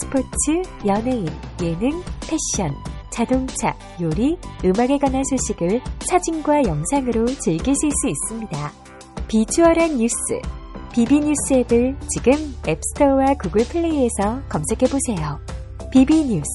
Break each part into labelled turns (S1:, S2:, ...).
S1: 스포츠, 연예인, 예능, 패션, 자동차, 요리, 음악에 관한 소식을 사진과 영상으로 즐기실 수 있습니다. 비주얼한 뉴스, 비비뉴스 앱을 지금 앱스토어와 구글 플레이에서 검색해보세요. 비비뉴스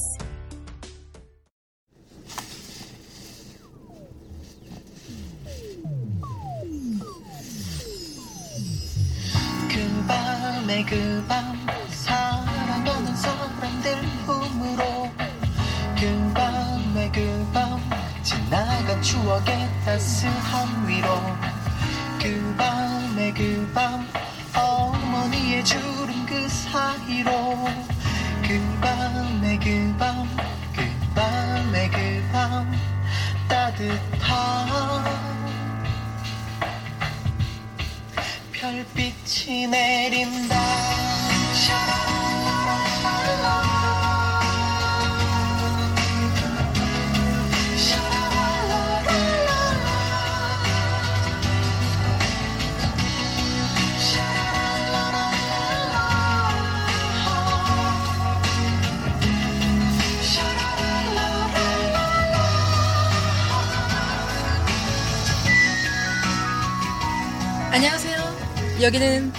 S2: 그 밤에 그 밤 사랑하는 사람들 품으로 그 밤에 그 밤 지나간 추억의 따스함 위로 그 밤에 그 밤 어머니의 주름 그 사이로 그 밤에 그 밤 그 밤에 그 밤 따뜻한 별빛이 내린다. 샤라랄라. 샤라랄라랄라. 샤라랄라랄라. 샤라랄라랄라.
S3: 안녕하세요. 여기는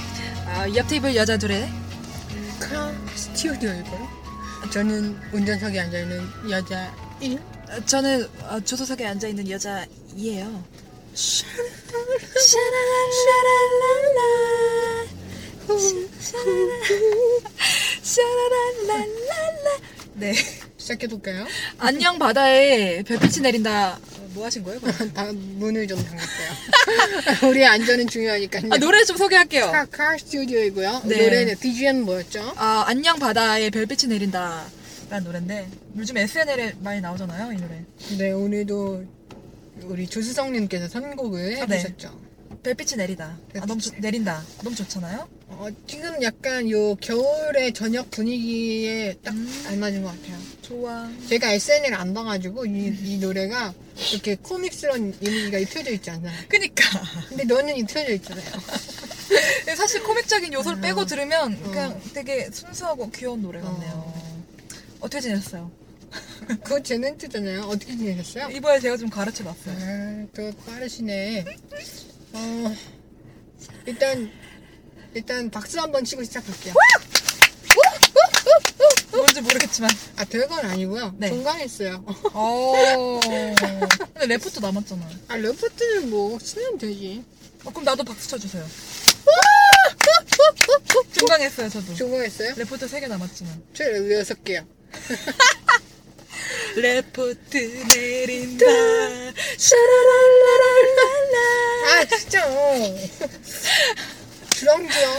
S3: 아, 옆 테이블 여자 둘의
S2: 그럼
S3: 스튜디오이고요.
S4: 저는 운전석에 앉아있는 여자 1
S3: 아, 저는 아, 조수석에 앉아 있는 여자예요. 네.
S4: 시작해볼까요?
S3: 안녕 바다에 별빛이 내린다. 어, 뭐 하신 거예요? 방금?
S4: 다 문을 좀 잠글게요 우리 안전은 중요하니까요
S3: 아, 노래 좀 소개할게요.
S4: 카, 카 스튜디오이고요
S3: 네.
S4: 노래는 BGM 뭐였죠?
S3: 아, 안녕 바다에 별빛이 내린다. 라는 노래인데 요즘 SNL에 많이 나오잖아요, 이 노래.
S4: 네 오늘도 우리 조수성님께서 선곡을
S3: 아, 네.
S4: 해주셨죠
S3: 별빛이 내리다. 아, 너무 좋, 내린다. 너무 좋잖아요.
S4: 어, 지금 약간 요 겨울의 저녁 분위기에 딱
S3: 음.
S4: 알맞은 것 같아요
S3: 좋아.
S4: 제가 SNL 안 봐가지고 이, 이 노래가 이렇게 코믹스러운 이미지가 입혀져 있지 않아요
S3: 그니까
S4: 근데 너는 입혀져 있잖아요
S3: 사실 코믹적인 요소를 빼고 들으면 그냥
S4: 어.
S3: 되게 순수하고 귀여운 노래 같네요. 어. 떻게 지냈어요?
S4: 그거 제 멘트잖아요 어떻게 지내셨어요?
S3: 이번에 제가 좀 가르쳐 놨어요.
S4: 아, 또 빠르시네. 어, 일단 일단 박수 한번 치고 시작할게요.
S3: 뭔지 모르겠지만.
S4: 아, 별건 아니고요.
S3: 네.
S4: 중간했어요.
S3: 어. 근데 레포트 남았잖아. 요
S4: 아, 레포트는 뭐 치면 되지.
S3: 그럼 나도 박수 쳐주세요. 중간했어요, 저도.
S4: 중간했어요?
S3: 레포트 3개 남았지만.
S4: 저 여섯 개요.
S3: 레포트 내린다. 샤라랄라랄라.
S4: 아, 진짜. 어. 주렁주렁.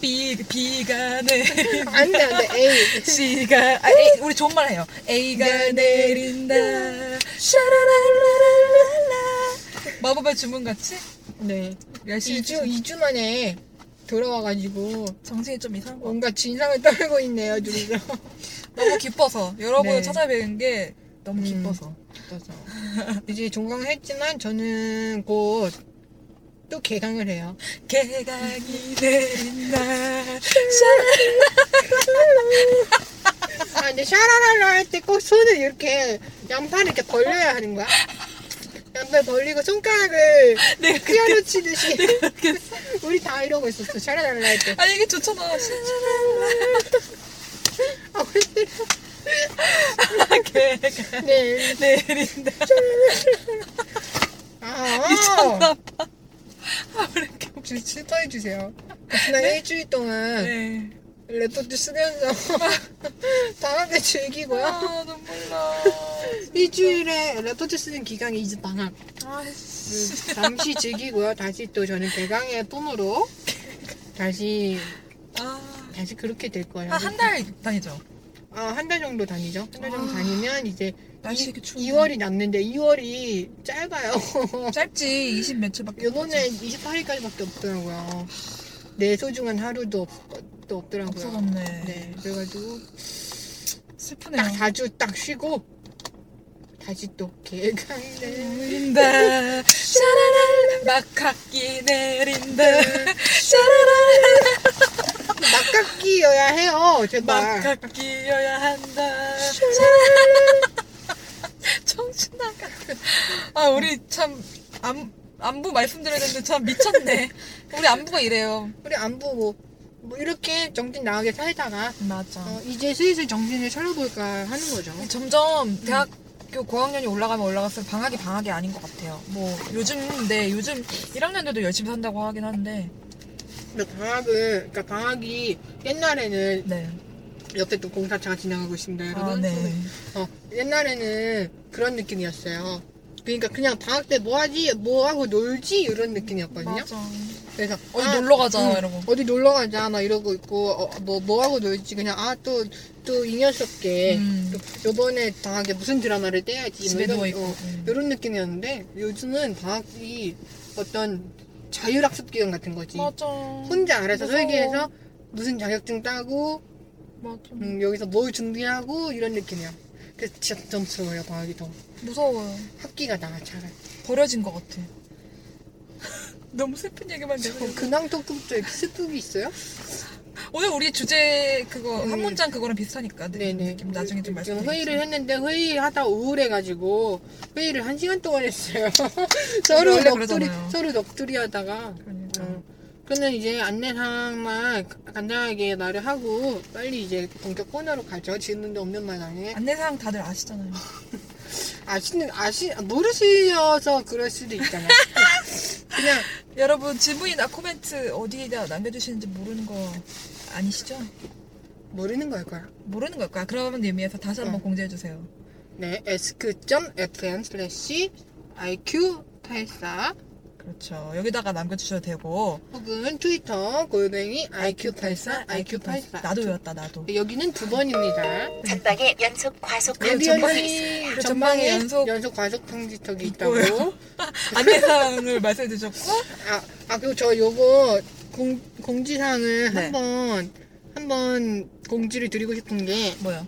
S3: 비, 비가 내린다.
S4: 안 돼, 안 돼. 에이.
S3: 시가 아, 에이, 우리 좋은 말 해요. 에이가 내린다. 샤라랄라랄라. 마법의 주문 같이
S4: 네.
S3: 열심히
S4: 2주,
S3: 추천.
S4: 2주 만에 돌아와가지고
S3: 정신이 좀 이상한 거.
S4: 뭔가 진상을 떨고 있네요, 지금.
S3: 너무 기뻐서 여러분을
S4: 네.
S3: 찾아뵈는 게 너무
S4: 음.
S3: 기뻐서.
S4: 없어서. 이제 종강했지만 저는 곧 또 개강을 해요.
S3: 개강이 내린다.
S4: 아 근데 샤라랄라 할 때 꼭 손을 이렇게 양팔을 이렇게 벌려야 하는 거야. 양팔 벌리고 손가락을
S3: 네, 그-
S4: 피아노 치듯이 우리 다 이러고 있었어 샤라랄라 할 때.
S3: 아 이게 좋잖아.
S4: 아, 그래서
S3: 개강
S4: 네.
S3: 내린다.
S4: 아,
S3: 미쳤나 봐. 아,
S4: 좀 슬퍼해 주세요. 지난 일주일 동안
S3: 네.
S4: 레포트 쓰면서 방학을 즐기고요.
S3: 아 눈물 나.
S4: 일주일에 레포트 쓰는 기간이 이제 방학.
S3: 아, 씨.
S4: 그 잠시 즐기고요. 다시 또 저는 개강의 폼으로 다시
S3: 아,
S4: 다시 그렇게 될 거예요. 아,
S3: 한 한 달 다니죠.
S4: 한 달 정도 다니죠. 한 달 정도
S3: 아.
S4: 다니면 이제
S3: 날씨 이렇게 추운데.
S4: 2월이 남는데 2월이 짧아요.
S3: 짧지 20 몇 초밖에
S4: 요번에 28일까지밖에 없더라고요. 내 소중한 하루도 없, 또 없더라고요.
S3: 없어졌네
S4: 네, 그래가지고
S3: 슬프네요
S4: 딱 4주 딱 쉬고 다시 또 계획하는데
S3: 내린다 샤라라 막학기 내린다 샤라라
S4: 막깎기여야 해요. 제발.
S3: 막학기여야 한다 샤라라 정신 나가 아 우리 참 안, 안부 말씀드렸는데 참 미쳤네 우리 안부가 이래요
S4: 우리 안 보고 뭐 이렇게 정신 나가게 살다가
S3: 맞아
S4: 어, 이제 슬슬 정신을 차려볼까 하는 거죠.
S3: 점점 대학교 고학년이 올라가면 올라갈수록 방학이 방학이 아닌 것 같아요. 뭐 요즘 네 요즘 1학년들도 열심히 산다고 하긴 한데
S4: 근데 방학을 그러니까 방학이 옛날에는
S3: 네.
S4: 옆에 또 공사차가 지나가고 있습니다, 여러분.
S3: 아, 네.
S4: 어, 옛날에는 그런 느낌이었어요. 그러니까 그냥 방학 때 뭐 하지, 뭐 하고 놀지 이런 느낌이었거든요.
S3: 맞아.
S4: 그래서
S3: 어디
S4: 아,
S3: 놀러 가자
S4: 응.
S3: 이러고.
S4: 어디 놀러 가자 막 이러고 있고 어, 뭐, 뭐 하고 놀지 그냥 아 또 또 이 녀석께
S3: 음,
S4: 또 요번에 방학에 무슨 드라마를 떼야지
S3: 집에
S4: 뭐
S3: 누워
S4: 이런,
S3: 있고.
S4: 어,
S3: 음.
S4: 이런 느낌이었는데 요즘은 방학이 어떤 자율학습 기간 같은 거지
S3: 맞아.
S4: 혼자 알아서
S3: 무서워.
S4: 설계해서 무슨 자격증 따고
S3: 맞아.
S4: 음, 여기서 뭘 준비하고 이런 느낌이야 그래서 진짜 점스러워요 방학이 더
S3: 무서워요.
S4: 학기가 나 차라리
S3: 버려진 것 같아. 너무 슬픈 얘기만 되고.
S4: 어, 근황 토크부터 이렇게 스프이 있어요?
S3: 오늘 우리 주제 그거 한
S4: 음.
S3: 문장 그거랑 비슷하니까. 네,
S4: 네네.
S3: 느낌 나중에 좀
S4: 지금
S3: 말씀드릴게요.
S4: 회의를 했는데 회의하다 우울해가지고 회의를 한 시간 동안 했어요. 서로
S3: 원래
S4: 넋두리
S3: 그러잖아요.
S4: 서로 넋두리하다가.
S3: 그러니까.
S4: 어. 그는 이제 안내사항만 간단하게 말을 하고 빨리 이제 본격 코너로 가죠. 지금도 없는 마당에
S3: 안내사항 다들 아시잖아요.
S4: 아시는 아시 모르셔서 그럴 수도 있잖아요. 그냥
S3: 여러분 질문이나 코멘트 어디에다 남겨주시는지 모르는 거 아니시죠?
S4: 모르는 걸 거야.
S3: 모르는 걸까? 그런 의미에서 다시 한번
S4: 어.
S3: 공지해 주세요.
S4: 네, 에스크.fm 슬래시 iq 84
S3: 그렇죠. 여기다가 남겨주셔도 되고
S4: 혹은 트위터 골뱅이 iq84 iq84
S3: 나도 외웠다 나도.
S4: 여기는 두 번입니다.
S1: 전방에 연속 과속
S3: 네, 전방에
S4: 디 전방에,
S3: 전방에
S4: 전방에
S3: 연속-
S4: 연속, 과속 방지턱이 있다고.
S3: 있고요. 안내사항을 말씀해 주셨고
S4: 아, 아 그리고 저 요거 공, 공지사항을
S3: 네.
S4: 한번 한번 공지를 드리고 싶은 게
S3: 뭐야?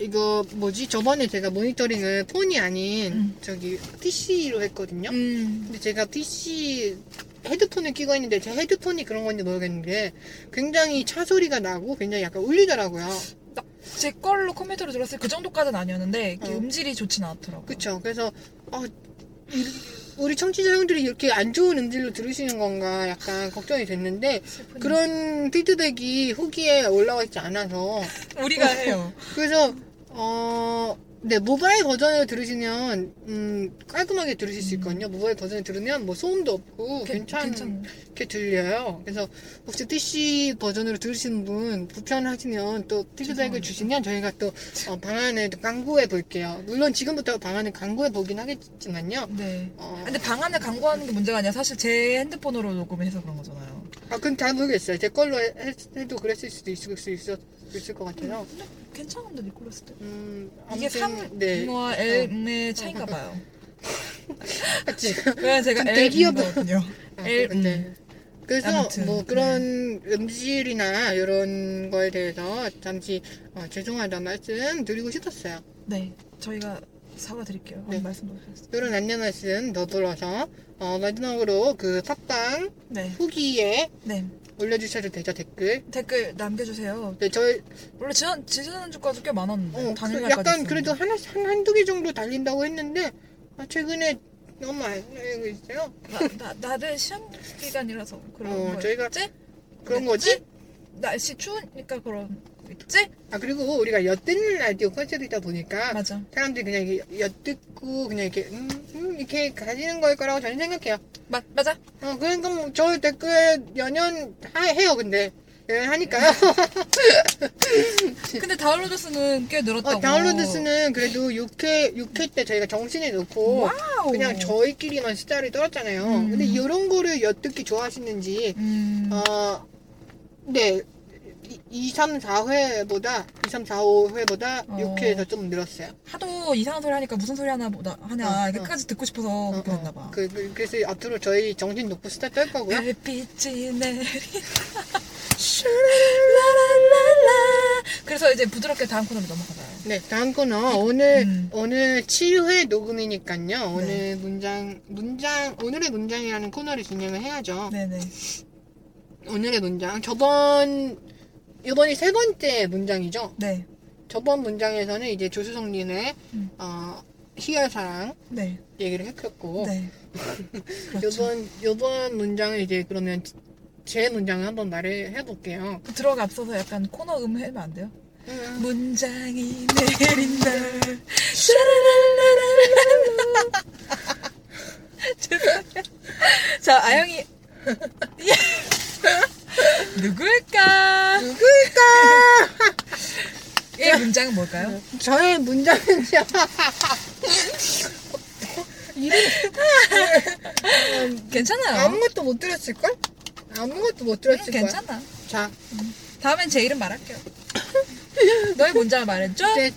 S4: 이거 뭐지 저번에 제가 모니터링을 폰이 아닌
S3: 음.
S4: 저기 PC로 했거든요.
S3: 음.
S4: 근데 제가 PC 헤드폰을 끼고 있는데 제 헤드폰이 그런 건지 모르겠는데 굉장히 차 소리가 나고 굉장히 약간 울리더라고요.
S3: 제 걸로 컴퓨터로 들었을 때 그 정도까지는 아니었는데 이렇게
S4: 어.
S3: 음질이 좋진 않더라고.
S4: 그쵸. 그래서, 어, 이- 우리 청취자 형들이 이렇게 안 좋은 음질로 들으시는 건가 약간 걱정이 됐는데, 그런 피드백이 후기에 올라와 있지 않아서.
S3: 우리가
S4: 어.
S3: 해요.
S4: 그래서, 어, 네, 모바일 버전으로 들으시면, 음, 깔끔하게 들으실 수 있거든요. 모바일 버전을 들으면 뭐 소음도 없고
S3: 괜-
S4: 괜찮게
S3: 괜찮아요.
S4: 들려요. 그래서 혹시 PC 버전으로 들으시는 분 불편하시면 또 피드백을
S3: 죄송합니다.
S4: 주시면 저희가 또 어, 방안을 또 광고해 볼게요. 물론 지금부터 방안을 광고해 보긴 하겠지만요.
S3: 네.
S4: 어,
S3: 근데 방안을 광고하는 게 문제가 아니라 사실 제 핸드폰으로 녹음해서 그런 거잖아요.
S4: 아, 그건 잘 모르겠어요. 제 걸로 해, 도 그랬을 수도 있을 수 있었, 있을 것 같아요.
S3: 괜찮은데 니콜라스 때.
S4: 음,
S3: 이게 뭐
S4: 아무튼,
S3: 3과
S4: 네.
S3: L의 차인가 봐요.
S4: 아, 지금.
S3: 왜냐면 제가
S4: 좀
S3: L
S4: 대기업은-
S3: 분이거든요.
S4: 아,
S3: L, 음.
S4: 네. 그래서
S3: 아무튼, 네.
S4: 뭐 그런 음질이나 이런 거에 대해서 잠시 어, 죄송하다 말씀 드리고 싶었어요.
S3: 네, 저희가 사과드릴게요.
S4: 네.
S3: 말씀도 하셨어요.
S4: 이런 안내 말씀 더불어서 어, 마지막으로 그 팟빵
S3: 네,
S4: 후기에
S3: 네
S4: 올려주셔도 되죠 댓글.
S3: 댓글 남겨주세요.
S4: 네, 저희
S3: 원래 지난 지난 주까지 꽤 많았는데
S4: 어,
S3: 네, 당일
S4: 그,
S3: 날까지
S4: 약간
S3: 있었는데.
S4: 그래도 하나 한, 한두 개 정도 달린다고 했는데 아, 최근에 너무 안 달리고 있어요.
S3: 나, 나 나는 시험 기간이라서 그런
S4: 어,
S3: 거
S4: 저희가
S3: 있지?
S4: 그런 거지?
S3: 날씨 추우니까 그런 거 있지?
S4: 아 그리고 우리가 엿듣는 라디오 컨셉이다 보니까
S3: 맞아.
S4: 사람들이 그냥 이렇게 엿듣고 그냥 이렇게 음, 음, 이렇게 가지는 걸 거라고 저는 생각해요.
S3: 맞 맞아.
S4: 어, 그러니까 뭐 저희 댓글 연연 하, 해요 근데 연연 하니까요.
S3: 근데 다운로드 수는 꽤 늘었다고.
S4: 어, 다운로드 수는 그래도 6회 6회 때 저희가 정신을 놓고
S3: 와우.
S4: 그냥 저희끼리만 숫자를 떨었잖아요.
S3: 음.
S4: 어. 근데 이런 거를 엿듣기 좋아하시는지
S3: 음.
S4: 어, 네. 2, 3, 4회보다 2, 3, 4, 5회보다
S3: 어.
S4: 6회에서 좀 늘었어요.
S3: 하도 이상한 소리 하니까 무슨 소리 하나 보다 하냐
S4: 어, 어.
S3: 끝까지 듣고 싶어서 그렇게 됐나 봐.
S4: 그, 그- 그래서 앞으로 저희 정신 놓고 스타 뗄
S3: 네.
S4: 거고요.
S3: 별빛이 내린다. 슈라라라라. 그래서 이제 부드럽게 다음 코너로 넘어가봐요.
S4: 네, 다음 코너 오늘
S3: 음.
S4: 오늘 7회 녹음이니까요. 오늘
S3: 네.
S4: 문장 문장 오늘의 문장이라는 코너를 진행을 해야죠.
S3: 네네.
S4: 오늘의 문장 저번 이번이 세 번째 문장이죠.
S3: 네.
S4: 저번 문장에서는 이제 조수성님의
S3: 음.
S4: 어, 희열 사랑
S3: 네.
S4: 얘기를 했었고
S3: 네. 그렇죠.
S4: 요번 요번 문장을 이제 그러면 제 문장을 한번 말을 해볼게요.
S3: 들어가 앞서서 약간 코너 음 해면 안 돼요?
S4: 음,
S3: 문장이 내린다. 샤라라라라라. 죄송해요. 자, 아영이. 누굴까?
S4: 누굴까?
S3: 이 문장은 뭘까요?
S4: 저의 문장은요. 이름
S3: 괜찮아요.
S4: 아무것도 못 들었을 걸? 아무것도 못
S3: 음,
S4: 들었을 거야.
S3: 괜찮아.
S4: 자,
S3: 다음엔 제 이름 말할게요. 너의 문장을 말했죠?
S4: 제,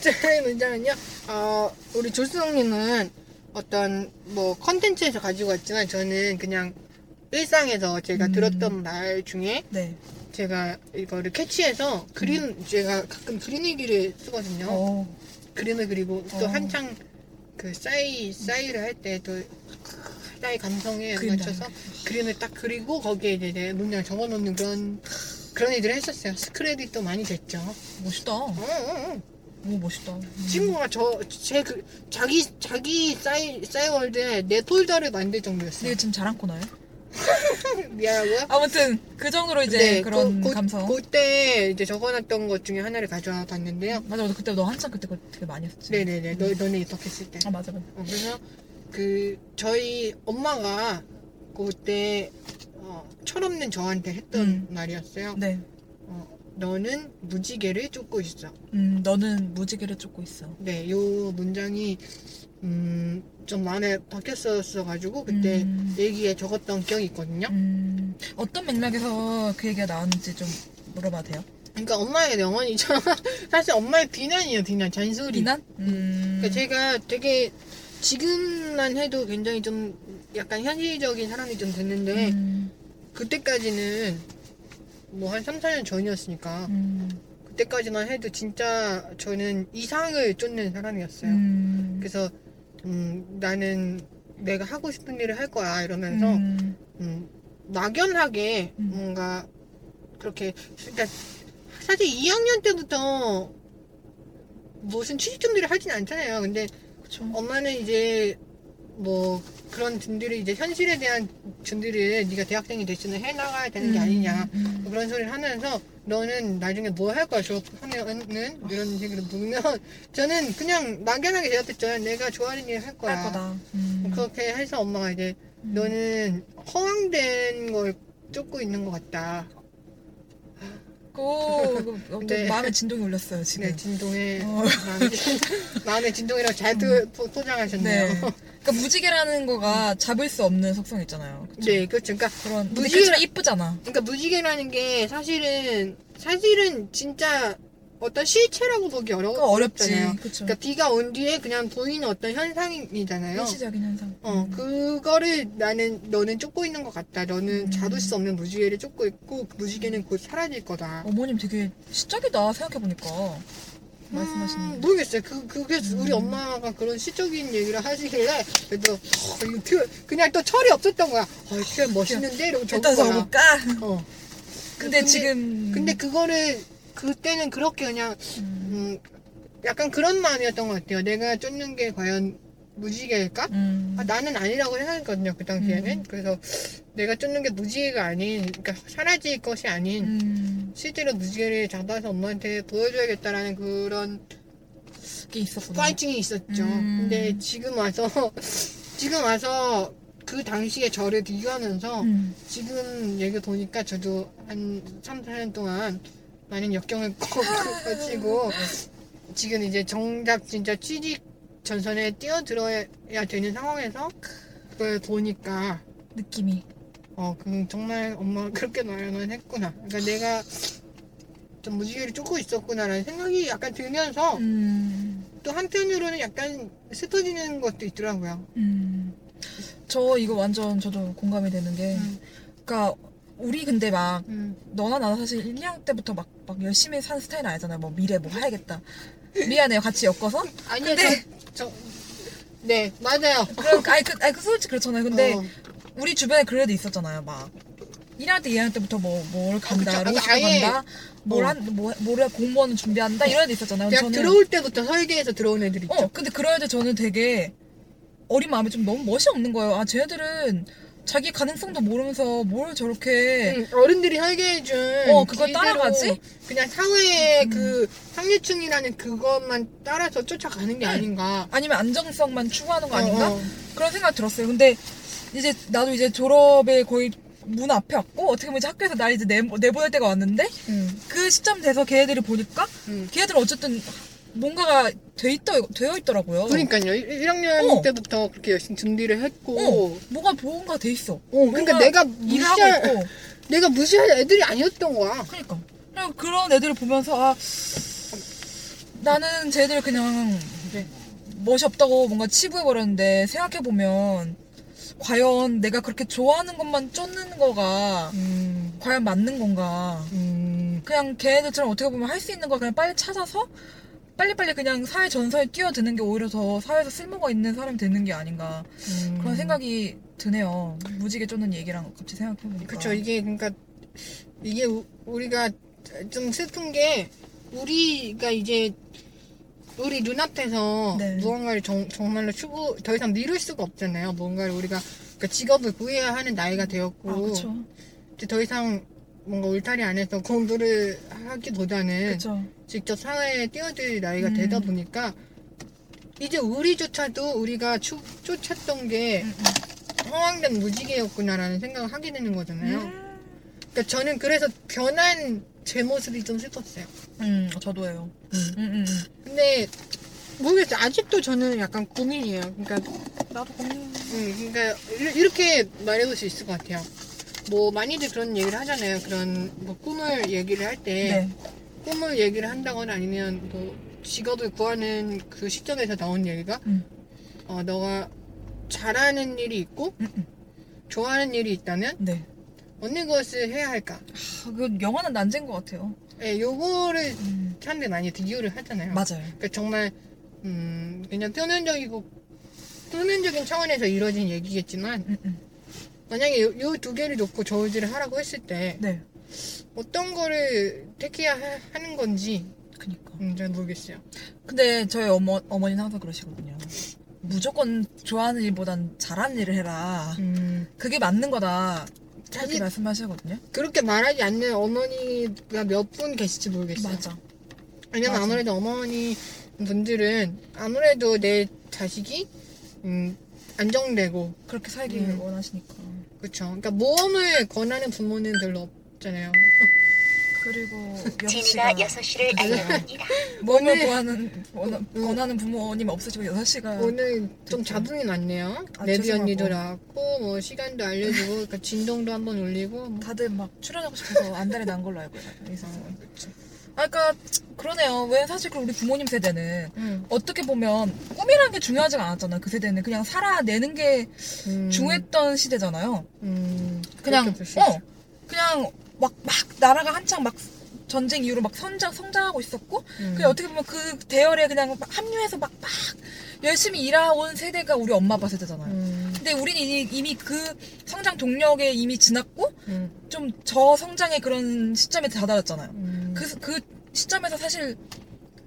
S4: 제 문장은요. 어, 우리 조수성님은 어떤 뭐 컨텐츠에서 가지고 왔지만 저는 그냥 일상에서 제가
S3: 음.
S4: 들었던 말 중에
S3: 네.
S4: 제가 이거를 캐치해서 그림 제가 가끔 그림 일기를 쓰거든요.
S3: 어.
S4: 그림을 그리고 또
S3: 어.
S4: 한창 그 싸이 싸이를 할 때 또 싸이 감성에
S3: 그림
S4: 맞춰서 그림을 딱 그리고 거기에 이제 내 문장 적어놓는 그런 그런 일들을 했었어요. 스크래디도 많이 됐죠.
S3: 멋있다. 오,
S4: 어, 어, 어.
S3: 멋있다. 음.
S4: 친구가 뭐 저 제 그 자기 자기 싸이 싸이 월드에 내 폴더를 만들
S3: 근데
S4: 정도였어요.
S3: 이거 지금 자랑 코너예요?
S4: 네. 미안하고요.
S3: 아무튼 그 정도로 이제 그런
S4: 그, 그,
S3: 감성.
S4: 그때 이제 적어놨던 것 중에 하나를 가져와 봤는데요.
S3: 맞아, 맞아. 그때 너 한참 그때 그거 되게 많이 했었지.
S4: 네네네. 너 너네 입학했을 때.
S3: 아 맞아, 맞아.
S4: 어, 그래서 그 저희 엄마가 그때 어, 철없는 저한테 했던
S3: 음.
S4: 말이었어요.
S3: 네.
S4: 어, 너는 무지개를 쫓고 있어.
S3: 음, 너는 무지개를 쫓고 있어.
S4: 네, 요 문장이 음, 좀 마음에 박혔었어가지고 그때
S3: 음,
S4: 얘기에 적었던 기억이 있거든요.
S3: 음, 어떤 맥락에서 그 얘기가 나왔는지 좀 물어봐도 돼요?
S4: 그러니까 엄마의 영혼이죠. 사실 엄마의 비난이에요, 비난, 잔소리.
S3: 비난? 음,
S4: 그러니까 제가 되게 지금만 해도 굉장히 좀 약간 현실적인 사람이 좀 됐는데
S3: 음,
S4: 그때까지는 뭐 한 3, 4년 전이었으니까
S3: 음,
S4: 그때까지만 해도 진짜 저는 이상을 쫓는 사람이었어요.
S3: 음,
S4: 그래서 음, 나는 내가 하고 싶은 일을 할 거야 이러면서
S3: 음,
S4: 음, 막연하게
S3: 음.
S4: 뭔가 그렇게 그러니까 사실 2학년 때부터 무슨 취직준비를 하진 않잖아요. 근데
S3: 그쵸.
S4: 엄마는 이제 뭐 그런 준비를 이제 현실에 대한 준비를 네가 대학생이 됐으면 해나가야 되는 게
S3: 음,
S4: 아니냐
S3: 음.
S4: 그런 소리를 하면서 너는 나중에 뭐 할 거야 졸업하면은 이런 식으로 묻면 저는 그냥 막연하게 대답했죠 내가 좋아하는 일 할 거야
S3: 할 거다. 음,
S4: 그렇게 해서 엄마가 이제
S3: 음.
S4: 너는 허황된 걸 쫓고 있는 것 같다
S3: 오, 그, 어, 좀
S4: 네.
S3: 마음에 진동이 울렸어요 지금.
S4: 네 진동에
S3: 어.
S4: 마음의 진- 마음의 진동이라고 잘 도- 포- 포장하셨네요
S3: 네. 그러니까 무지개라는 거가 잡을 수 없는 속성 있잖아요. 그쵸?
S4: 네 그렇죠 그러니까
S3: 그런 근데
S4: 무지개라-
S3: 그치만 이쁘잖아.
S4: 그러니까 무지개라는 게 사실은 사실은 진짜 어떤 실체라고 보기 어려,
S3: 그거 어렵지.
S4: 어렵잖아요.
S3: 그쵸.
S4: 그러니까 비가 온 뒤에 그냥 보이는 어떤 현상이잖아요.
S3: 일시적인 현상.
S4: 어
S3: 음.
S4: 그거를 나는 너는 쫓고 있는 것 같다. 너는
S3: 음.
S4: 잡을 수 없는 무지개를 쫓고 있고 그 무지개는 곧 사라질 거다.
S3: 어머님 되게 시적이다 생각해보니까 말씀하시는
S4: 음,
S3: 게.
S4: 모르겠어요. 그 그게 우리
S3: 음.
S4: 엄마가 그런 시적인 얘기를 하시길래 그래도 어, 이거 표현- 그냥 또 철이 없었던 거야. 어, 이 표현 멋있는데 이러고 적은
S3: 일단
S4: 거야.
S3: 써볼까?
S4: 어.
S3: 근데, 지금
S4: 근데 그거를 그때는 그렇게 그냥
S3: 음.
S4: 음, 약간 그런 마음이었던 것 같아요. 내가 쫓는 게 과연 무지개일까?
S3: 음.
S4: 아, 나는 아니라고 생각했거든요. 그 당시에는.
S3: 음.
S4: 그래서 내가 쫓는 게 무지개가 아닌, 그러니까 사라질 것이 아닌,
S3: 음.
S4: 실제로 무지개를 잡아서 엄마한테 보여줘야겠다라는 그런
S3: 게 있었구나.
S4: 파이팅이 있었죠.
S3: 음.
S4: 근데 지금 와서, 지금 와서 그 당시에 저를 비교하면서
S3: 음.
S4: 지금 얘기 보니까 저도 한 3, 4년 동안 많은 역경을 거치고 지금 이제 정답 진짜 취직 전선에 뛰어들어야 되는 상황에서 그걸 보니까
S3: 느낌이.
S4: 어, 그 정말 엄마가 그렇게 말만 했구나. 그러니까 내가 좀 무지개를 쫓고 있었구나라는 생각이 약간 들면서
S3: 음,
S4: 또 한편으로는 약간 슬퍼지는 것도 있더라고요.
S3: 음. 저 이거 완전 저도 공감이 되는 게,
S4: 음,
S3: 그러니까 우리 근데 막
S4: 음,
S3: 너나 나나 사실 1, 2학년 때부터 막, 막 열심히 산 스타일은 아니잖아요. 뭐 미래 뭐 해야겠다. 미안해요. 같이 엮어서.
S4: 아니요,
S3: 근데
S4: 저, 저, 네, 맞아요.
S3: 그런 아니 그 아니 그 솔직히 그렇잖아요. 근데
S4: 어,
S3: 우리 주변에 그런 애들 있었잖아요. 막 1학년 때, 2학년 때부터 뭐 뭘
S4: 그쵸.
S3: 간다,
S4: 아,
S3: 로시가
S4: 아예.
S3: 간다, 뭘
S4: 어.
S3: 한, 뭐, 뭘 해, 공무원을 준비한다 이런 애들 있었잖아요.
S4: 대학
S3: 저는
S4: 들어올 때부터 설계해서 들어온 애들 있죠.
S3: 어, 근데 그런 애들 저는 되게 어린 마음에 좀 너무 멋이 없는 거예요. 아, 쟤네들은 자기 가능성도 모르면서 뭘 저렇게
S4: 음, 어른들이 설계해준
S3: 어, 그걸
S4: 길대로
S3: 따라가지?
S4: 그냥 사회의
S3: 음.
S4: 그 상류층이라는 그것만 따라서 쫓아가는
S3: 네.
S4: 게 아닌가
S3: 아니면 안정성만 추구하는 거 아닌가?
S4: 어, 어.
S3: 그런 생각 들었어요. 근데 이제 나도 이제 졸업에 거의 문 앞에 왔고 어떻게 보면 이제 학교에서 날 이제 내, 내보낼 때가 왔는데
S4: 음,
S3: 그 시점 돼서 걔네들이 보니까
S4: 음.
S3: 걔네들은 어쨌든 뭔가가 돼 있더, 되어 있더라고요.
S4: 그러니까요 1학년
S3: 어.
S4: 때부터 그렇게 열심히 준비를 했고
S3: 어, 뭐가 뭔가 돼 있어.
S4: 어, 그러니까
S3: 뭔가
S4: 내가
S3: 일을 하고
S4: 무시할
S3: 있고.
S4: 내가 무시할 애들이 아니었던 거야
S3: 그러니까. 그냥 그런 애들을 보면서 아 나는 쟤들 그냥
S4: 네.
S3: 멋이 없다고 뭔가 치부해 버렸는데 생각해 보면 과연 내가 그렇게 좋아하는 것만 쫓는 거가
S4: 음,
S3: 과연 맞는 건가?
S4: 음,
S3: 그냥 걔네들처럼 어떻게 보면 할 수 있는 걸 그냥 빨리 찾아서 빨리빨리 그냥 사회 전선에 뛰어드는 게 오히려 더 사회에서 쓸모가 있는 사람이 되는 게 아닌가
S4: 음.
S3: 그런 생각이 드네요. 무지개 쫓는 얘기랑 같이 생각해 보니까.
S4: 그쵸 이게 그러니까 이게 우- 우리가 좀 슬픈 게 우리가 이제 우리 눈앞에서
S3: 네.
S4: 무언가를 정, 말로 추구 더 이상 미룰 수가 없잖아요 뭔가를 우리가 그러니까 직업을 구해야 하는 나이가 되었고
S3: 아, 그쵸.
S4: 이제 더 이상 뭔가 울타리 안에서 공부를 하기보다는
S3: 그쵸.
S4: 직접 사회에 뛰어들 나이가
S3: 음.
S4: 되다 보니까 이제 우리조차도 우리가 추- 쫓았던 게
S3: 음,
S4: 허황된 무지개였구나라는 생각을 하게 되는 거잖아요.
S3: 음.
S4: 그러니까 저는 그래서 변한 제 모습이 좀 슬펐어요.
S3: 음, 저도예요. 음, 음, 음.
S4: 근데 모르겠어요. 아직도 저는 약간 고민이에요. 그러니까
S3: 나도 고민.
S4: 음, 그러니까 이- 이렇게 말해볼 수 있을 것 같아요. 뭐 많이들 그런 얘기를 하잖아요. 그런 뭐 꿈을 얘기를 할
S3: 네.
S4: 때 꿈을 얘기를 한다거나 아니면 뭐 직업을 구하는 그 시점에서 나온 얘기가
S3: 음.
S4: 어, 너가 잘하는 일이 있고
S3: 음, 음.
S4: 좋아하는 일이 있다면
S3: 네.
S4: 어느 것을 해야 할까?
S3: 아, 그 영화는 난제인 것 같아요.
S4: 예, 요거를
S3: 음.
S4: 사람들이 많이 비교를 하잖아요.
S3: 맞아요.
S4: 그러니까 정말 음, 그냥 표면적이고 표면적인 차원에서 이루어진 얘기겠지만
S3: 음, 음.
S4: 만약에 요 두 개를 놓고 저울질을 하라고 했을 때
S3: 네.
S4: 어떤 거를 택해야 하- 하는 건지
S3: 그니까.
S4: 음, 잘 모르겠어요.
S3: 근데 저희 어머, 어머니는 항상 그러시거든요. 무조건 좋아하는 일보단 잘하는 일을 해라.
S4: 음,
S3: 그게 맞는 거다. 그렇게
S4: 자기
S3: 말씀하시거든요.
S4: 그렇게 말하지 않는 어머니가 몇 분 계실지 모르겠어요.
S3: 맞아.
S4: 왜냐면
S3: 맞아.
S4: 아무래도 어머니 분들은 아무래도 내 자식이 음, 안정되고
S3: 그렇게 살기
S4: 음.
S3: 원하시니까.
S4: 그렇죠. 그러니까 모험을 권하는 부모는 별로 없잖아요.
S3: 그리고
S1: 지니가
S3: 6시가
S1: 6시를 알려드립니다.
S3: 몸을
S4: 오늘-
S3: 구하는, 원하-
S4: 음.
S3: 원하는 부모님 없으시고 6시가
S4: 오늘 좀
S3: 됐죠.
S4: 잡음이 났네요.
S3: 아,
S4: 레디
S3: 죄송하고.
S4: 언니도 나왔고 뭐 시간도 알려주고 그러니까 진동도 한번 올리고 뭐.
S3: 다들 막 출연하고 싶어서 안달이 난 걸로 알고 있어요.
S4: 아, 그쵸.
S3: 아, 그러니까 그러네요. 왜 사실 그 우리 부모님 세대는
S4: 음.
S3: 어떻게 보면 꿈이라는 게 중요하지가 않았잖아요. 그 세대는 그냥 살아내는 게
S4: 음.
S3: 중요했던 시대잖아요.
S4: 음.
S3: 그냥
S4: 그렇게 볼수
S3: 어
S4: 있죠.
S3: 그냥 막 막 나라가 한창 막 전쟁 이후로 막 선장 성장하고 있었고
S4: 음.
S3: 그 어떻게 보면 그 대열에 그냥 막 합류해서 막 막 열심히 일해온 세대가 우리 엄마 아빠 세대잖아요.
S4: 음.
S3: 근데 우리는 이미, 이미 그 성장 동력에 이미 지났고
S4: 음.
S3: 좀 저 성장의 그런 시점에 다다랐잖아요.
S4: 음.
S3: 그, 그 시점에서 사실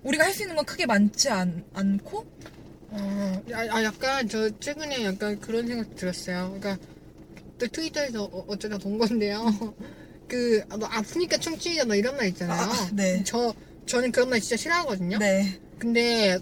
S3: 우리가 할 수 있는 건 크게 많지 않, 않고 음.
S4: 어, 아, 아, 약간 저 최근에 약간 그런 생각 들었어요. 그러니까 또 트위터에서 어, 어쩌다 본 건데요. 그, 아, 뭐, 아프니까 춤추자 막 이런 말 있잖아요.
S3: 아, 네.
S4: 저, 저는 그런 말 진짜 싫어하거든요.
S3: 네
S4: 근데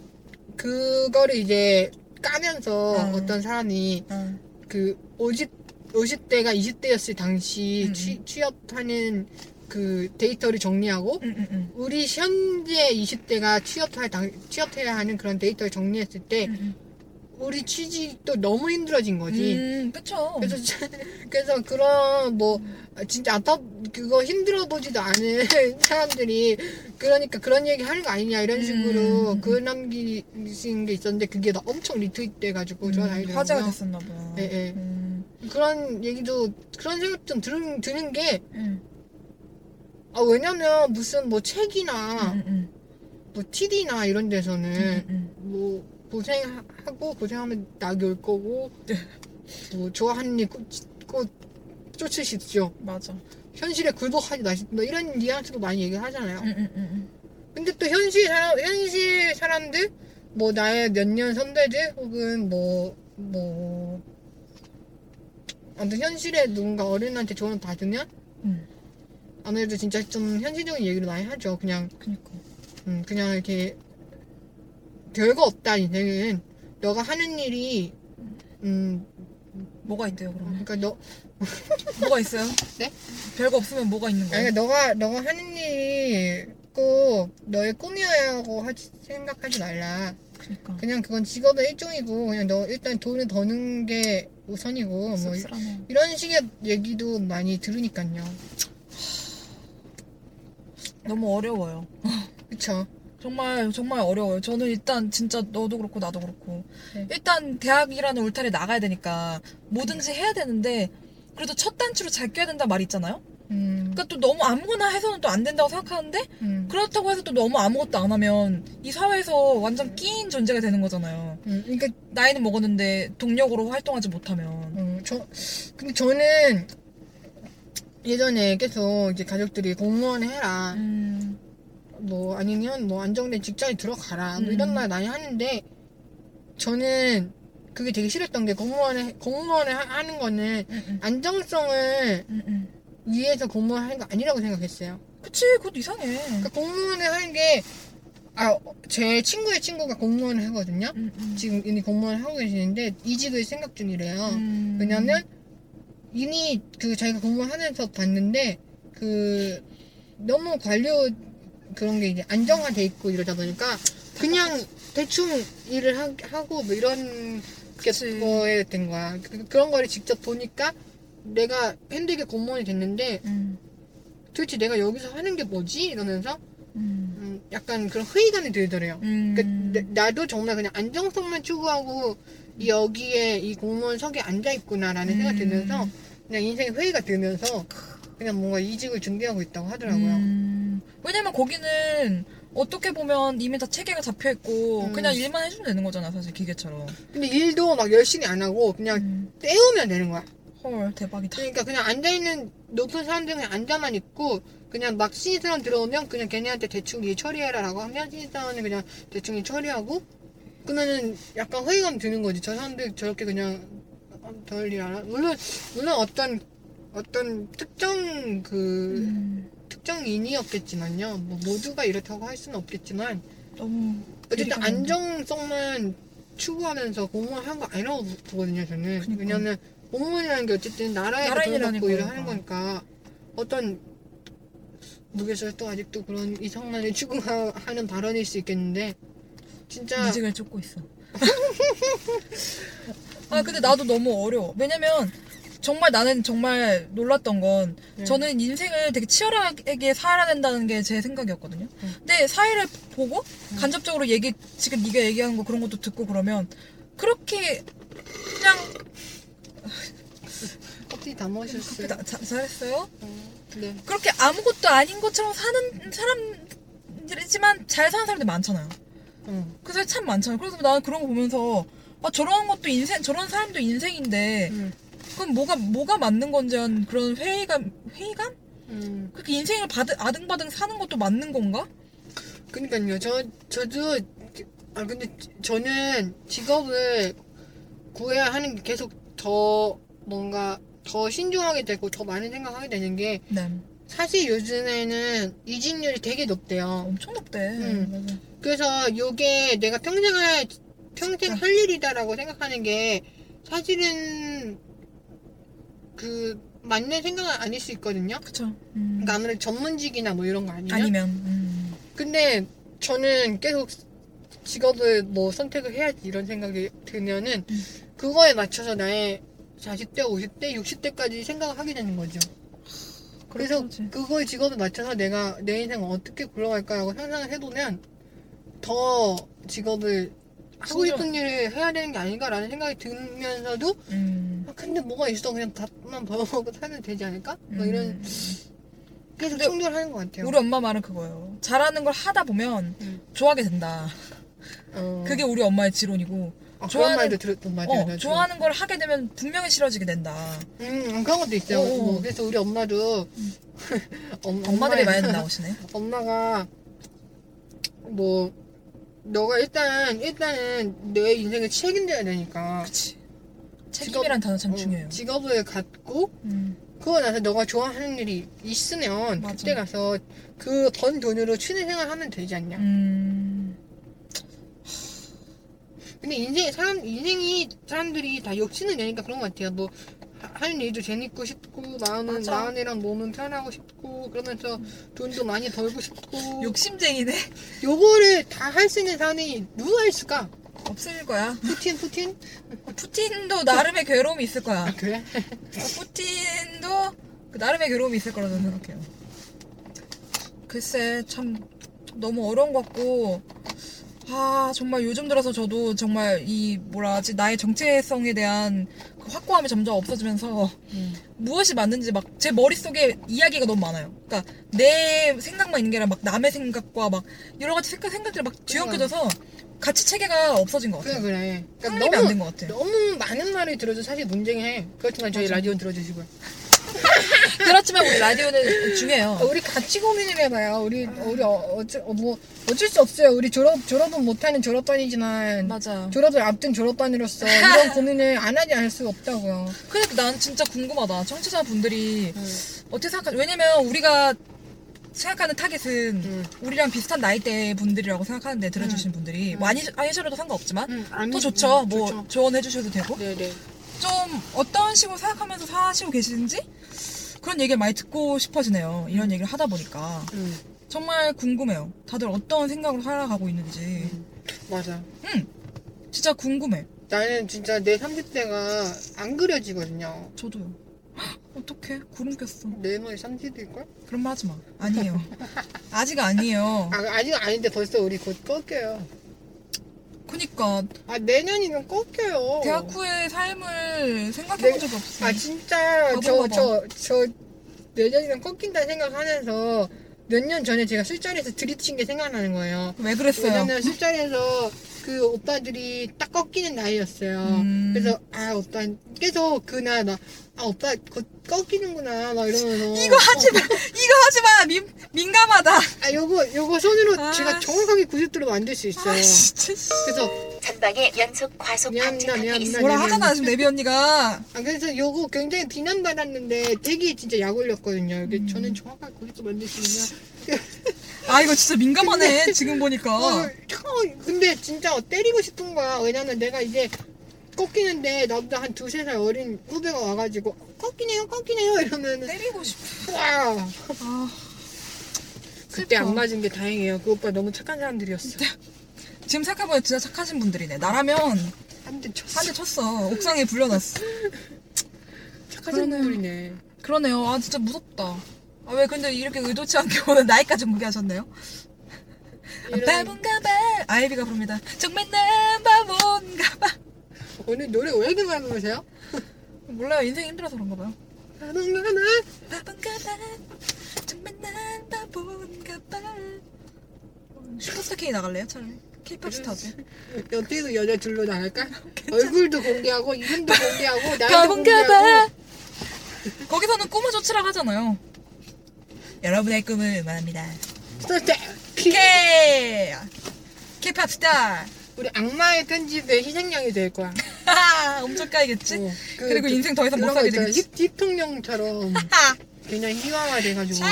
S4: 그거를 이제 까면서
S3: 아.
S4: 어떤 사람이
S3: 아,
S4: 그 50, 50대가 20대였을 당시
S3: 음, 음.
S4: 취, 취업하는 그 데이터를 정리하고
S3: 음, 음, 음.
S4: 우리 현재 20대가 취업할 당, 취업해야 하는 그런 데이터를 정리했을 때
S3: 음, 음.
S4: 우리 취직도 너무 힘들어진 거지.
S3: 음, 그쵸.
S4: 그래서 참- 그래서 그런 뭐 진짜 아파 그거 힘들어 보지도 않은 사람들이 그러니까 그런 얘기 하는 거 아니냐 이런 식으로
S3: 음.
S4: 글 남기신 게 있었는데 그게 나 엄청 리트윗 돼가지고
S3: 음,
S4: 돌아다니더라고요.
S3: 화제가 됐었나 봐요.
S4: 예, 예.
S3: 음,
S4: 그런 얘기도 그런 생각 좀 드는 드는 게
S3: 음,
S4: 아, 왜냐면 무슨 뭐 책이나
S3: 음, 음,
S4: 뭐 TD나 이런 데서는
S3: 음, 음.
S4: 뭐 고생하고 고생하면 낙이 올 거고
S3: 네.
S4: 뭐 좋아하는 일꼭 쫓으십시오.
S3: 맞아. 음,
S4: 현실에 굴복하지 마십시오. 뭐 이런 뉘앙스로 많이 얘기하잖아요.
S3: 음, 음, 음,
S4: 근데 또 현실 사람, 현실 사람들, 뭐 나의 몇 년 선배들, 혹은 뭐, 뭐, 아무튼 현실에 누군가 어른한테 조언을 받으면,
S3: 음.
S4: 아무래도 진짜 좀 현실적인 얘기를 많이 하죠. 그냥,
S3: 음. 그니까.
S4: 음, 그냥 이렇게, 별거 없다, 인생은. 너가 하는 일이, 음,
S3: 뭐가 있대요, 그럼?
S4: 그러니까 너,
S3: 뭐가 있어요?
S4: 네?
S3: 별거 없으면 뭐가 있는
S4: 아니, 네.
S3: 거예요?
S4: 너가, 너가 하는 일이 꼭 너의 꿈이어야 하고 하지- 생각하지 말라.
S3: 그니까.
S4: 그냥 그건 직업의 일종이고, 그냥 너 일단 돈을 버는 게 우선이고, 뭐, 이-
S3: 씁쓸하네.
S4: 이런 식의 얘기도 많이 들으니까요.
S3: 너무 어려워요.
S4: 그쵸?
S3: 정말 정말 어려워요. 저는 일단 진짜 너도 그렇고 나도 그렇고
S4: 네.
S3: 일단 대학이라는 울타리에 나가야 되니까 뭐든지 해야 되는데 그래도 첫 단추로 잘 껴야 된다 말이 있잖아요.
S4: 음,
S3: 그러니까 또 너무 아무거나 해서는 또 안 된다고 생각하는데
S4: 음,
S3: 그렇다고 해서 또 너무 아무것도 안 하면 이 사회에서 완전 끼인 존재가 되는 거잖아요.
S4: 음, 그러니까,
S3: 나이는 먹었는데 동력으로 활동하지 못하면
S4: 음, 저, 근데 저는 예전에 계속 이제 가족들이 공무원 해라.
S3: 음,
S4: 뭐 아니면 뭐 안정된 직장에 들어가라 뭐
S3: 음.
S4: 이런 말 많이 하는데 저는 그게 되게 싫었던 게 공무원에 공무원을 하- 하는 거는
S3: 음, 음,
S4: 안정성을
S3: 음, 음.
S4: 위해서 공무원 하는 거 아니라고 생각했어요.
S3: 그치 그것도 이상해.
S4: 그러니까 공무원을 하는 게아제 친구의 친구가 공무원을 하거든요.
S3: 음, 음.
S4: 지금 이미 공무원을 하고 계시는데 이직을 생각 중이래요.
S3: 음.
S4: 왜냐면 이미 그 자기가 공부하면서 봤는데 그 너무 관료 그런 게 이제 안정화돼 있고 이러다 보니까 그냥 대충 일을 하, 고뭐 이런 게
S3: 그치.
S4: 거에 된 거야. 그, 그런 거를 직접 보니까 내가 힘들게 공무원이 됐는데
S3: 음,
S4: 도대체 내가 여기서 하는 게 뭐지? 이러면서
S3: 음,
S4: 음, 약간 그런 회의감이 들더래요.
S3: 음.
S4: 그러니까 나, 도 정말 그냥 안정성만 추구하고 이 여기에 이 공무원석에 앉아 있구나라는 생각 이
S3: 음.
S4: 들면서 그냥 인생에 회의가 들면서 그냥 뭔가 이직을 준비하고 있다고 하더라고요.
S3: 음, 왜냐면 거기는 어떻게 보면 이미 다 체계가 잡혀 있고
S4: 음.
S3: 그냥 일만 해주면 되는 거잖아 사실 기계처럼.
S4: 근데 일도 막 열심히 안 하고 그냥
S3: 음.
S4: 때우면 되는 거야.
S3: 헐 대박이다.
S4: 그러니까 그냥 앉아 있는 높은 사람들은 그냥 앉아만 있고 그냥 막 신인 사람 들어오면 그냥 걔네한테 대충 일 처리해라라고 하면 신인 사람은 그냥 대충 일 처리하고 그러면은 약간 회의감 드는 거지. 저 사람들 저렇게 그냥 별일 안 하. 물론 물론 어떤 어떤 특정 그
S3: 음,
S4: 특정인이었겠지만요. 뭐 모두가 이렇다고 할 수는 없겠지만
S3: 너무
S4: 어쨌든
S3: 그러니까요.
S4: 안정성만 추구하면서 공무원 하는 거 아니라고 보거든요, 저는.
S3: 그러니까.
S4: 왜냐면 공무원이라는 게 어쨌든 나라에 돈
S3: 나라인이라는
S4: 받고 일을
S3: 거니까.
S4: 하는 거니까 어떤 북에서 또 아직도 그런 이상만을 추구하는 발언일 수 있겠는데 진짜
S3: 무직을 쫓고 있어. 아 근데 나도 너무 어려워. 왜냐면 정말 나는 정말 놀랐던 건
S4: 네.
S3: 저는 인생을 되게 치열하게 살아야 된다는 게 제 생각이었거든요.
S4: 음.
S3: 근데 사회를 보고 간접적으로 얘기 지금 네가 얘기하는 거 그런 것도 듣고 그러면 그렇게 그냥
S4: 커피 다 마셨어요.
S3: 다- 자- 잘했어요.
S4: 음, 네.
S3: 그렇게 아무것도 아닌 것처럼 사는 사람들이지만 잘 사는 사람들 많잖아요.
S4: 음,
S3: 그 사람 참 많잖아요. 그래서 나는 그런 거 보면서 아 저런 것도 인생 저런 사람도 인생인데
S4: 음,
S3: 그럼 뭐가 뭐가 맞는 건지 한 그런 회의감 회의감?
S4: 음.
S3: 그렇게 인생을 바드, 아등바등 사는 것도 맞는 건가?
S4: 그러니까요. 저 저도 아 근데 저는 직업을 구해야 하는 게 계속 더 뭔가 더 신중하게 되고 더 많은 생각하게 되는 게
S3: 네
S4: 사실 요즘에는 이직률이 되게 높대요.
S3: 엄청 높대.
S4: 음.
S3: 맞아.
S4: 그래서 요게 내가 평생 할 평생 할 일이다라고 생각하는 게 사실은 그 맞는 생각은 아닐 수 있거든요.
S3: 그쵸. 음.
S4: 그러니까 아무래도 전문직이나 뭐 이런 거 아니면
S3: 아니면 음.
S4: 근데 저는 계속 직업을 뭐 선택을 해야지 이런 생각이 들면은 그거에 맞춰서 나의 40대, 50대, 60대까지 생각을 하게 되는 거죠. 그래서
S3: 그렇지.
S4: 그거의 직업에 맞춰서 내가 내 인생을 어떻게 굴러갈까라고 상상을 해보면 더 직업을 하고
S3: 진짜.
S4: 싶은 일을 해야 되는 게 아닌가라는 생각이 들면서도
S3: 음.
S4: 아, 근데 뭐가 있어 그냥 밥만 벌어먹고 살면 되지 않을까? 뭐 이런
S3: 음.
S4: 계속
S3: 근데
S4: 충돌하는 것 같아요.
S3: 우리 엄마 말은 그거예요. 잘하는 걸 하다 보면
S4: 음.
S3: 좋아하게 된다.
S4: 어,
S3: 그게 우리 엄마의 지론이고,
S4: 아, 그런
S3: 좋아하는-
S4: 말도 들었던 것 같아요.
S3: 어,
S4: 나도.
S3: 좋아하는 걸 하게 되면 분명히 싫어지게 된다.
S4: 음, 그런 것도 있어요.
S3: 어, 어.
S4: 뭐, 그래서 우리 엄마도 엄-
S3: 엄마들이
S4: 엄마의-
S3: 많이 나오시네.
S4: 엄마가 뭐 너가 일단 일단은 내 인생에 책임져야 되니까
S3: 그치. 책임이란 단어 참
S4: 어,
S3: 중요해요.
S4: 직업을 갖고
S3: 음.
S4: 그거 나서 너가 좋아하는 일이 있으면
S3: 맞아.
S4: 그때 가서 그 번 돈으로 취미생활 하면 되지 않냐.
S3: 음.
S4: 근데 인생 사람 인생이 사람들이 다 욕심을 내니까 그런 것 같아요. 뭐 하- 하는 일도 재밌고 싶고 마음은
S3: 맞아. 음.
S4: 마음이랑 몸은 편하고 싶고 그러면서 돈도 많이 벌고 싶고
S3: 욕심쟁이네?
S4: 요거를 다 할 수 있는 사람이 누가 있을까?
S3: 없을 거야.
S4: 푸틴
S3: 음.
S4: 푸틴?
S3: 푸틴도 나름의 괴로움이 있을 거야.
S4: 아 그래?
S3: 푸틴도 그 나름의 괴로움이 있을 거라고 생각해요. 글쎄 참 너무 어려운 것 같고 아 정말 요즘 들어서 저도 정말 이 뭐라 하지 나의 정체성에 대한 그 확고함이 점점 없어지면서 무엇이 맞는지 막 제 머릿속에 이야기가 너무 많아요. 그러니까 내 생각만 있는 게 아니라 막 남의 생각과 막 여러 가지 생각, 생각들이 막 뒤엉켜져서 같이 체계가 없어진 것
S4: 그래
S3: 같아요.
S4: 그래. 그러니까
S3: 확립이
S4: 너무
S3: 안 된 것 같아요.
S4: 너무 많은 말을 들어도 사실 문제해. 그렇지만 저희
S3: 맞아.
S4: 라디오 들어주시고요.
S3: 그렇지만 우리 라디오는 중요해요.
S4: 어, 우리 같이 고민을 해봐요. 우리 우리 어, 어째, 어, 뭐 어쩔 수 없어요. 우리 졸업 졸업은 못하는 졸업반이지만
S3: 맞아.
S4: 졸업을 앞둔 졸업반으로서 이런 고민을 안 하지 않을 수가 없다고요.
S3: 근데 난 진짜 궁금하다. 청취자분들이
S4: 음.
S3: 어떻게 생각하지? 왜냐면 우리가 생각하는 타겟은
S4: 음.
S3: 우리랑 비슷한 나이대 분들이라고 생각하는데 들어주신 분들이 많이 아니셔도 상관없지만
S4: 음, 아니,
S3: 또 좋죠.
S4: 음,
S3: 뭐
S4: 좋죠.
S3: 조언해 주셔도 되고
S4: 네네.
S3: 좀 어떤 식으로 생각하면서 사시고 계시는지 그런 얘기를 많이 듣고 싶어지네요. 이런 얘기를 하다 보니까
S4: 음,
S3: 정말 궁금해요. 다들 어떤 생각으로 살아가고 있는지
S4: 맞아.
S3: 진짜 궁금해.
S4: 나는 진짜 내 30대가 안 그려지거든요.
S3: 저도요. 어떡해 구름 꼈어.
S4: 내 머리 30대일걸?
S3: 그런 말 하지 마. 아니에요. 아직 아니에요.
S4: 아, 아직 아닌데 벌써 우리 곧 꺾여요.
S3: 그니까
S4: 아, 내년이면 꺾여요.
S3: 그러니까 대학 후의 삶을 생각해본
S4: 어. 네.
S3: 적이 없어.
S4: 아 진짜 저
S3: 봐봐,
S4: 저 저 내년이면 꺾인다 생각하면서 몇 년 전에 제가 술자리에서 들이친 게 생각나는 거예요.
S3: 왜 그랬어요?
S4: 왜냐면 술자리에서 그 오빠들이 딱 꺾이는 나이였어요.
S3: 음.
S4: 그래서 아 오빠 계속 그날 막 아 오빠 곧 꺾이는구나 막 이러면서 어,
S3: 이거 하지 마. 이거 하지 마. 민, 민감하다.
S4: 아 요거 요거 손으로
S3: 아.
S4: 제가 정확하게 90도로 만들 수 있어요.
S3: 아 진짜. 씨.
S4: 그래서
S1: 전방에 연속 과속
S4: 미안,
S1: 방지턱이
S4: 미안, 미안.
S1: 있습니다.
S3: 뭐라 하잖아 지금 내비 언니가.
S4: 아, 그래서 요거 굉장히 비난받았는데 되게 진짜 약 올렸거든요. 이게
S3: 음.
S4: 저는 정확하게 90도 만들 수 있냐.
S3: 아 이거 진짜 민감하네 지금 보니까.
S4: 어, 참, 근데 진짜 때리고 싶은 거야. 왜냐면 내가 이제 꺾이는데 나보다 한 두세 살 어린 후배가 와가지고 꺾이네요, 꺾이네요 이러면은
S3: 때리고 싶어.
S4: 와
S3: 아, 슬퍼.
S4: 그때 안 맞은 게 다행이에요. 그 오빠 너무 착한 사람들이었어.
S3: 지금 생각해보면 진짜 착하신 분들이네. 나라면 한
S4: 한대 쳤어.
S3: 대 쳤어. 옥상에 불려놨어.
S4: 착한
S3: 그러네요.
S4: 사람들이네.
S3: 그러네요. 아 진짜 무섭다. 아 왜 근데 이렇게 의도치 않게 오는 나이까지 공개하셨네요? 아,
S4: 이런,
S3: 바본가봐 아이비가 부릅니다. 정말 난 바본가봐
S4: 오늘 노래 왜 이렇게 많이 부르세요?
S3: 몰라요. 인생이 힘들어서 그런가 봐요.
S4: 사랑하나?
S3: 바본가봐 정말 난 바본가봐 슈퍼스타 K 나갈래요? 차라리 K-pop 스타즈
S4: 어떻게든 여자 둘로 나갈까? 얼굴도 공개하고 이름도 공개하고 나이도 공개하고
S3: 바본가봐 거기서는 꿈을 조치라고 하잖아요. 여러분의 꿈을 응원합니다.
S4: 진짜
S3: K K-pop 스타
S4: 우리 악마의 편집의 희생양이 될 거야.
S3: 하하, 엄청 까이겠지?
S4: 어, 그-
S3: 그리고
S4: 그-
S3: 인생 더 이상 못
S4: 그런 거
S3: 살게
S4: 있잖아.
S3: 되겠지?
S4: 힙- 힙통령처럼
S3: 하하.
S4: 그냥 희화화돼가지고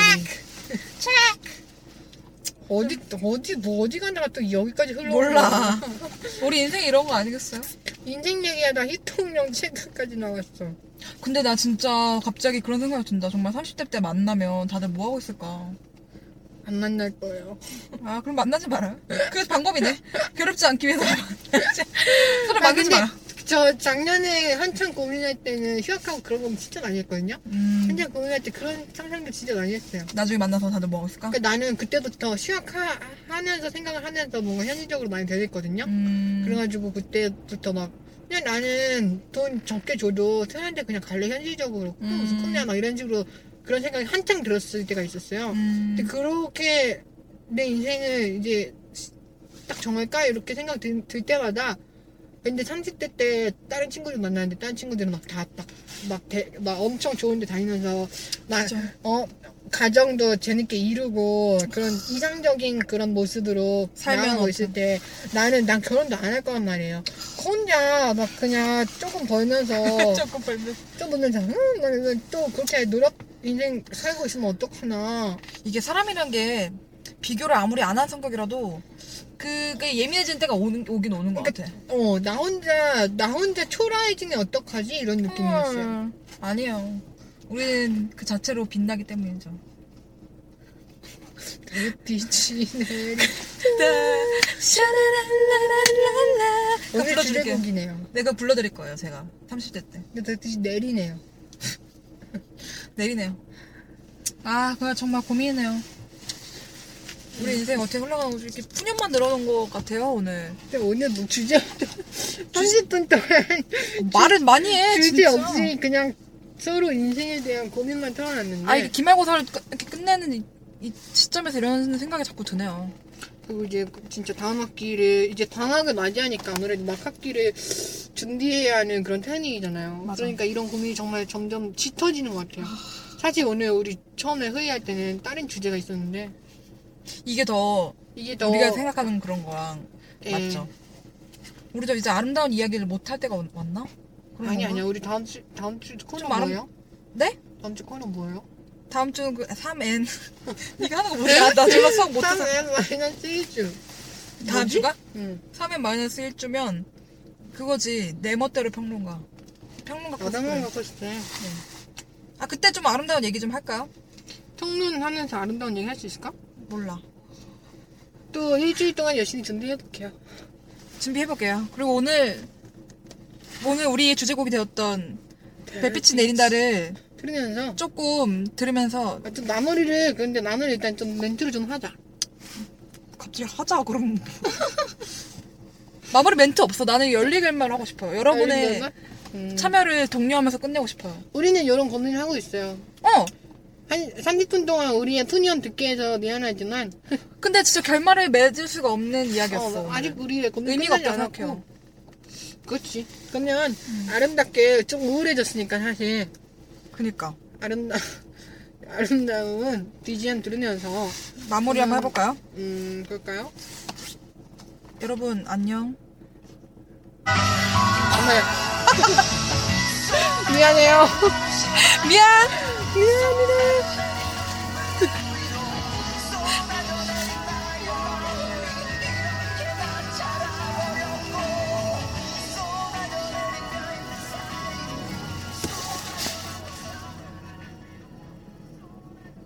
S4: 어디 어디 뭐 어디 가다가 또 여기까지 흘러
S3: 몰라. 우리 인생 이런 거 아니겠어요?
S4: 인생 얘기하다 희통령 책까지 나왔어
S3: 근데 나 진짜 갑자기 그런 생각이 든다. 정말 30대 때 만나면 다들 뭐 하고 있을까?
S4: 안 만날 거예요.
S3: 아 그럼 만나지 말아요. 그 방법이네. 괴롭지 않기 위해서 서로
S4: 아,
S3: 만나지
S4: 근데
S3: 마라.
S4: 저 작년에 한참 고민할 때는 휴학하고 그런 거 진짜 많이 했거든요.
S3: 음,
S4: 한참 고민할 때 그런 상상도 진짜 많이 했어요.
S3: 나중에 만나서 다들 뭐 먹었을까?
S4: 그러니까 나는 그때부터 휴학하면서 생각을 하면서 뭔가 현실적으로 많이 되었거든요.
S3: 음,
S4: 그래가지고 그때부터 막 그냥 나는 돈 적게 줘도 태어난데 그냥 갈래 현실적으로 꿈, 무슨
S3: 음.
S4: 꿈이야 막 이런 식으로 그런 생각이 한창 들었을 때가 있었어요.
S3: 음,
S4: 근데 그렇게 내 인생을 이제 딱 정할까 이렇게 생각 들, 들 때마다 근데 30대 때 다른 친구들 만나는데 다른 친구들은 막 다 막 막 엄청 좋은데 다니면서 나
S3: 그쵸.
S4: 어 가정도 재밌게 이루고 그런 이상적인 그런 모습으로
S3: 살면
S4: 살아가고 있을 때 나는 난 결혼도 안 할 거란 말이에요. 혼자 막 그냥 조금 벌면서
S3: 조금 벌면
S4: 조금 벌면서 음, 나 이거 또 그렇게 노력 인생 살고 있으면 어떡하나.
S3: 이게 사람이란 게 비교를 아무리 안 한 성격이라도 그게 예민해지는 때가 오는, 오긴 오는 것 같아.
S4: 어 나 혼자 나 혼자 초라해지면 어떡하지 이런 느낌이었어요.
S3: 아니에요. 우리는 그 자체로 빛나기 때문이죠.
S4: 빛이 내 네.
S3: 샤라랄라랄라. 내가
S4: 오늘
S3: 불러드릴게요.
S4: 주제곡이네요.
S3: 내가 불러드릴 거예요, 제가. 30대 때.
S4: 근데 그 뜻이 내리네요.
S3: 내리네요. 아, 그거 정말 고민이네요. 우리 인생 어떻게 흘러가고 이렇게 푸념만 늘어놓은 것 같아요, 오늘.
S4: 근데 오늘 뭐 주제 30분 동안
S3: 말은 많이 해,
S4: 주제
S3: 아, 진짜.
S4: 없이 그냥 서로 인생에 대한 고민만 털어놨는데
S3: 아, 이게 기말고사를 끝- 이렇게 끝내는 이, 이 시점에서 이런 생각이 자꾸 드네요.
S4: 그리고 이제 진짜 다음 학기를 이제 방학을 맞이하니까 아무래도 막 학기를 준비해야 하는 그런 타이밍이잖아요.
S3: 맞아.
S4: 그러니까 이런 고민이 정말 점점 짙어지는 것 같아요. 사실 오늘 우리 처음에 회의할 때는 다른 주제가 있었는데
S3: 이게 더
S4: 이게 더
S3: 우리가 생각하는 그런 거랑
S4: 예.
S3: 맞죠? 우리도 이제 아름다운 이야기를 못 할 때가 왔- 왔나? 그런
S4: 아니
S3: 건가?
S4: 아니야 우리 다음 주 다음 주 코너
S3: 좀 아름-
S4: 뭐예요?
S3: 네?
S4: 다음 주 코너 뭐예요?
S3: 다음 주는 그 3N 이거 하는 거 뭐야? 네? 아, 나 졸라 수학 못해서
S4: 다음 마이너스 1주.
S3: 다음
S4: 뭐지?
S3: 주가?
S4: 응.
S3: 3N 마이너스 1주면 그거지 내 멋대로 평론가 평론가
S4: 여담을
S3: 코스프레
S4: 어, 갖고 싶대.
S3: 아 그때 좀 아름다운 얘기 좀 할까요?
S4: 통론하면서 아름다운 얘기 할 수 있을까?
S3: 몰라
S4: 또 일주일 동안 열심히 준비해볼게요.
S3: 준비해볼게요 그리고 오늘 오늘 우리 주제곡이 되었던
S4: 네.
S3: 별빛이 내린다를
S4: 들으면서
S3: 조금 들으면서
S4: 아, 좀 마무리를 근데 마무리 일단 좀 멘트를 좀 하자.
S3: 갑자기 하자 그럼 마무리 멘트 없어 나는 열리길만 하고 싶어요 여러분의
S4: 알겠나? 음.
S3: 참여를 독려하면서 끝내고 싶어요
S4: 우리는 이런 고민을 하고 있어요.
S3: 어
S4: 한 30분 동안 우리의 푸니언 듣게 해서 미안하지만
S3: 근데 진짜 결말을 맺을 수가 없는
S4: 어,
S3: 이야기였어 오늘.
S4: 아직 우리의 고민
S3: 의미가 없다고
S4: 끝나지 않았고.
S3: 생각해요. 음.
S4: 그렇지. 그러면 아름답게 좀 우울해졌으니까 사실
S3: 그니까
S4: 아름다 아름다운 BGM 들으면서
S3: 마무리 한번 해볼까요?
S4: 음 그럴까요?
S3: 여러분 안녕
S4: 정말 미안해요.
S3: 미안
S4: 미안합니다.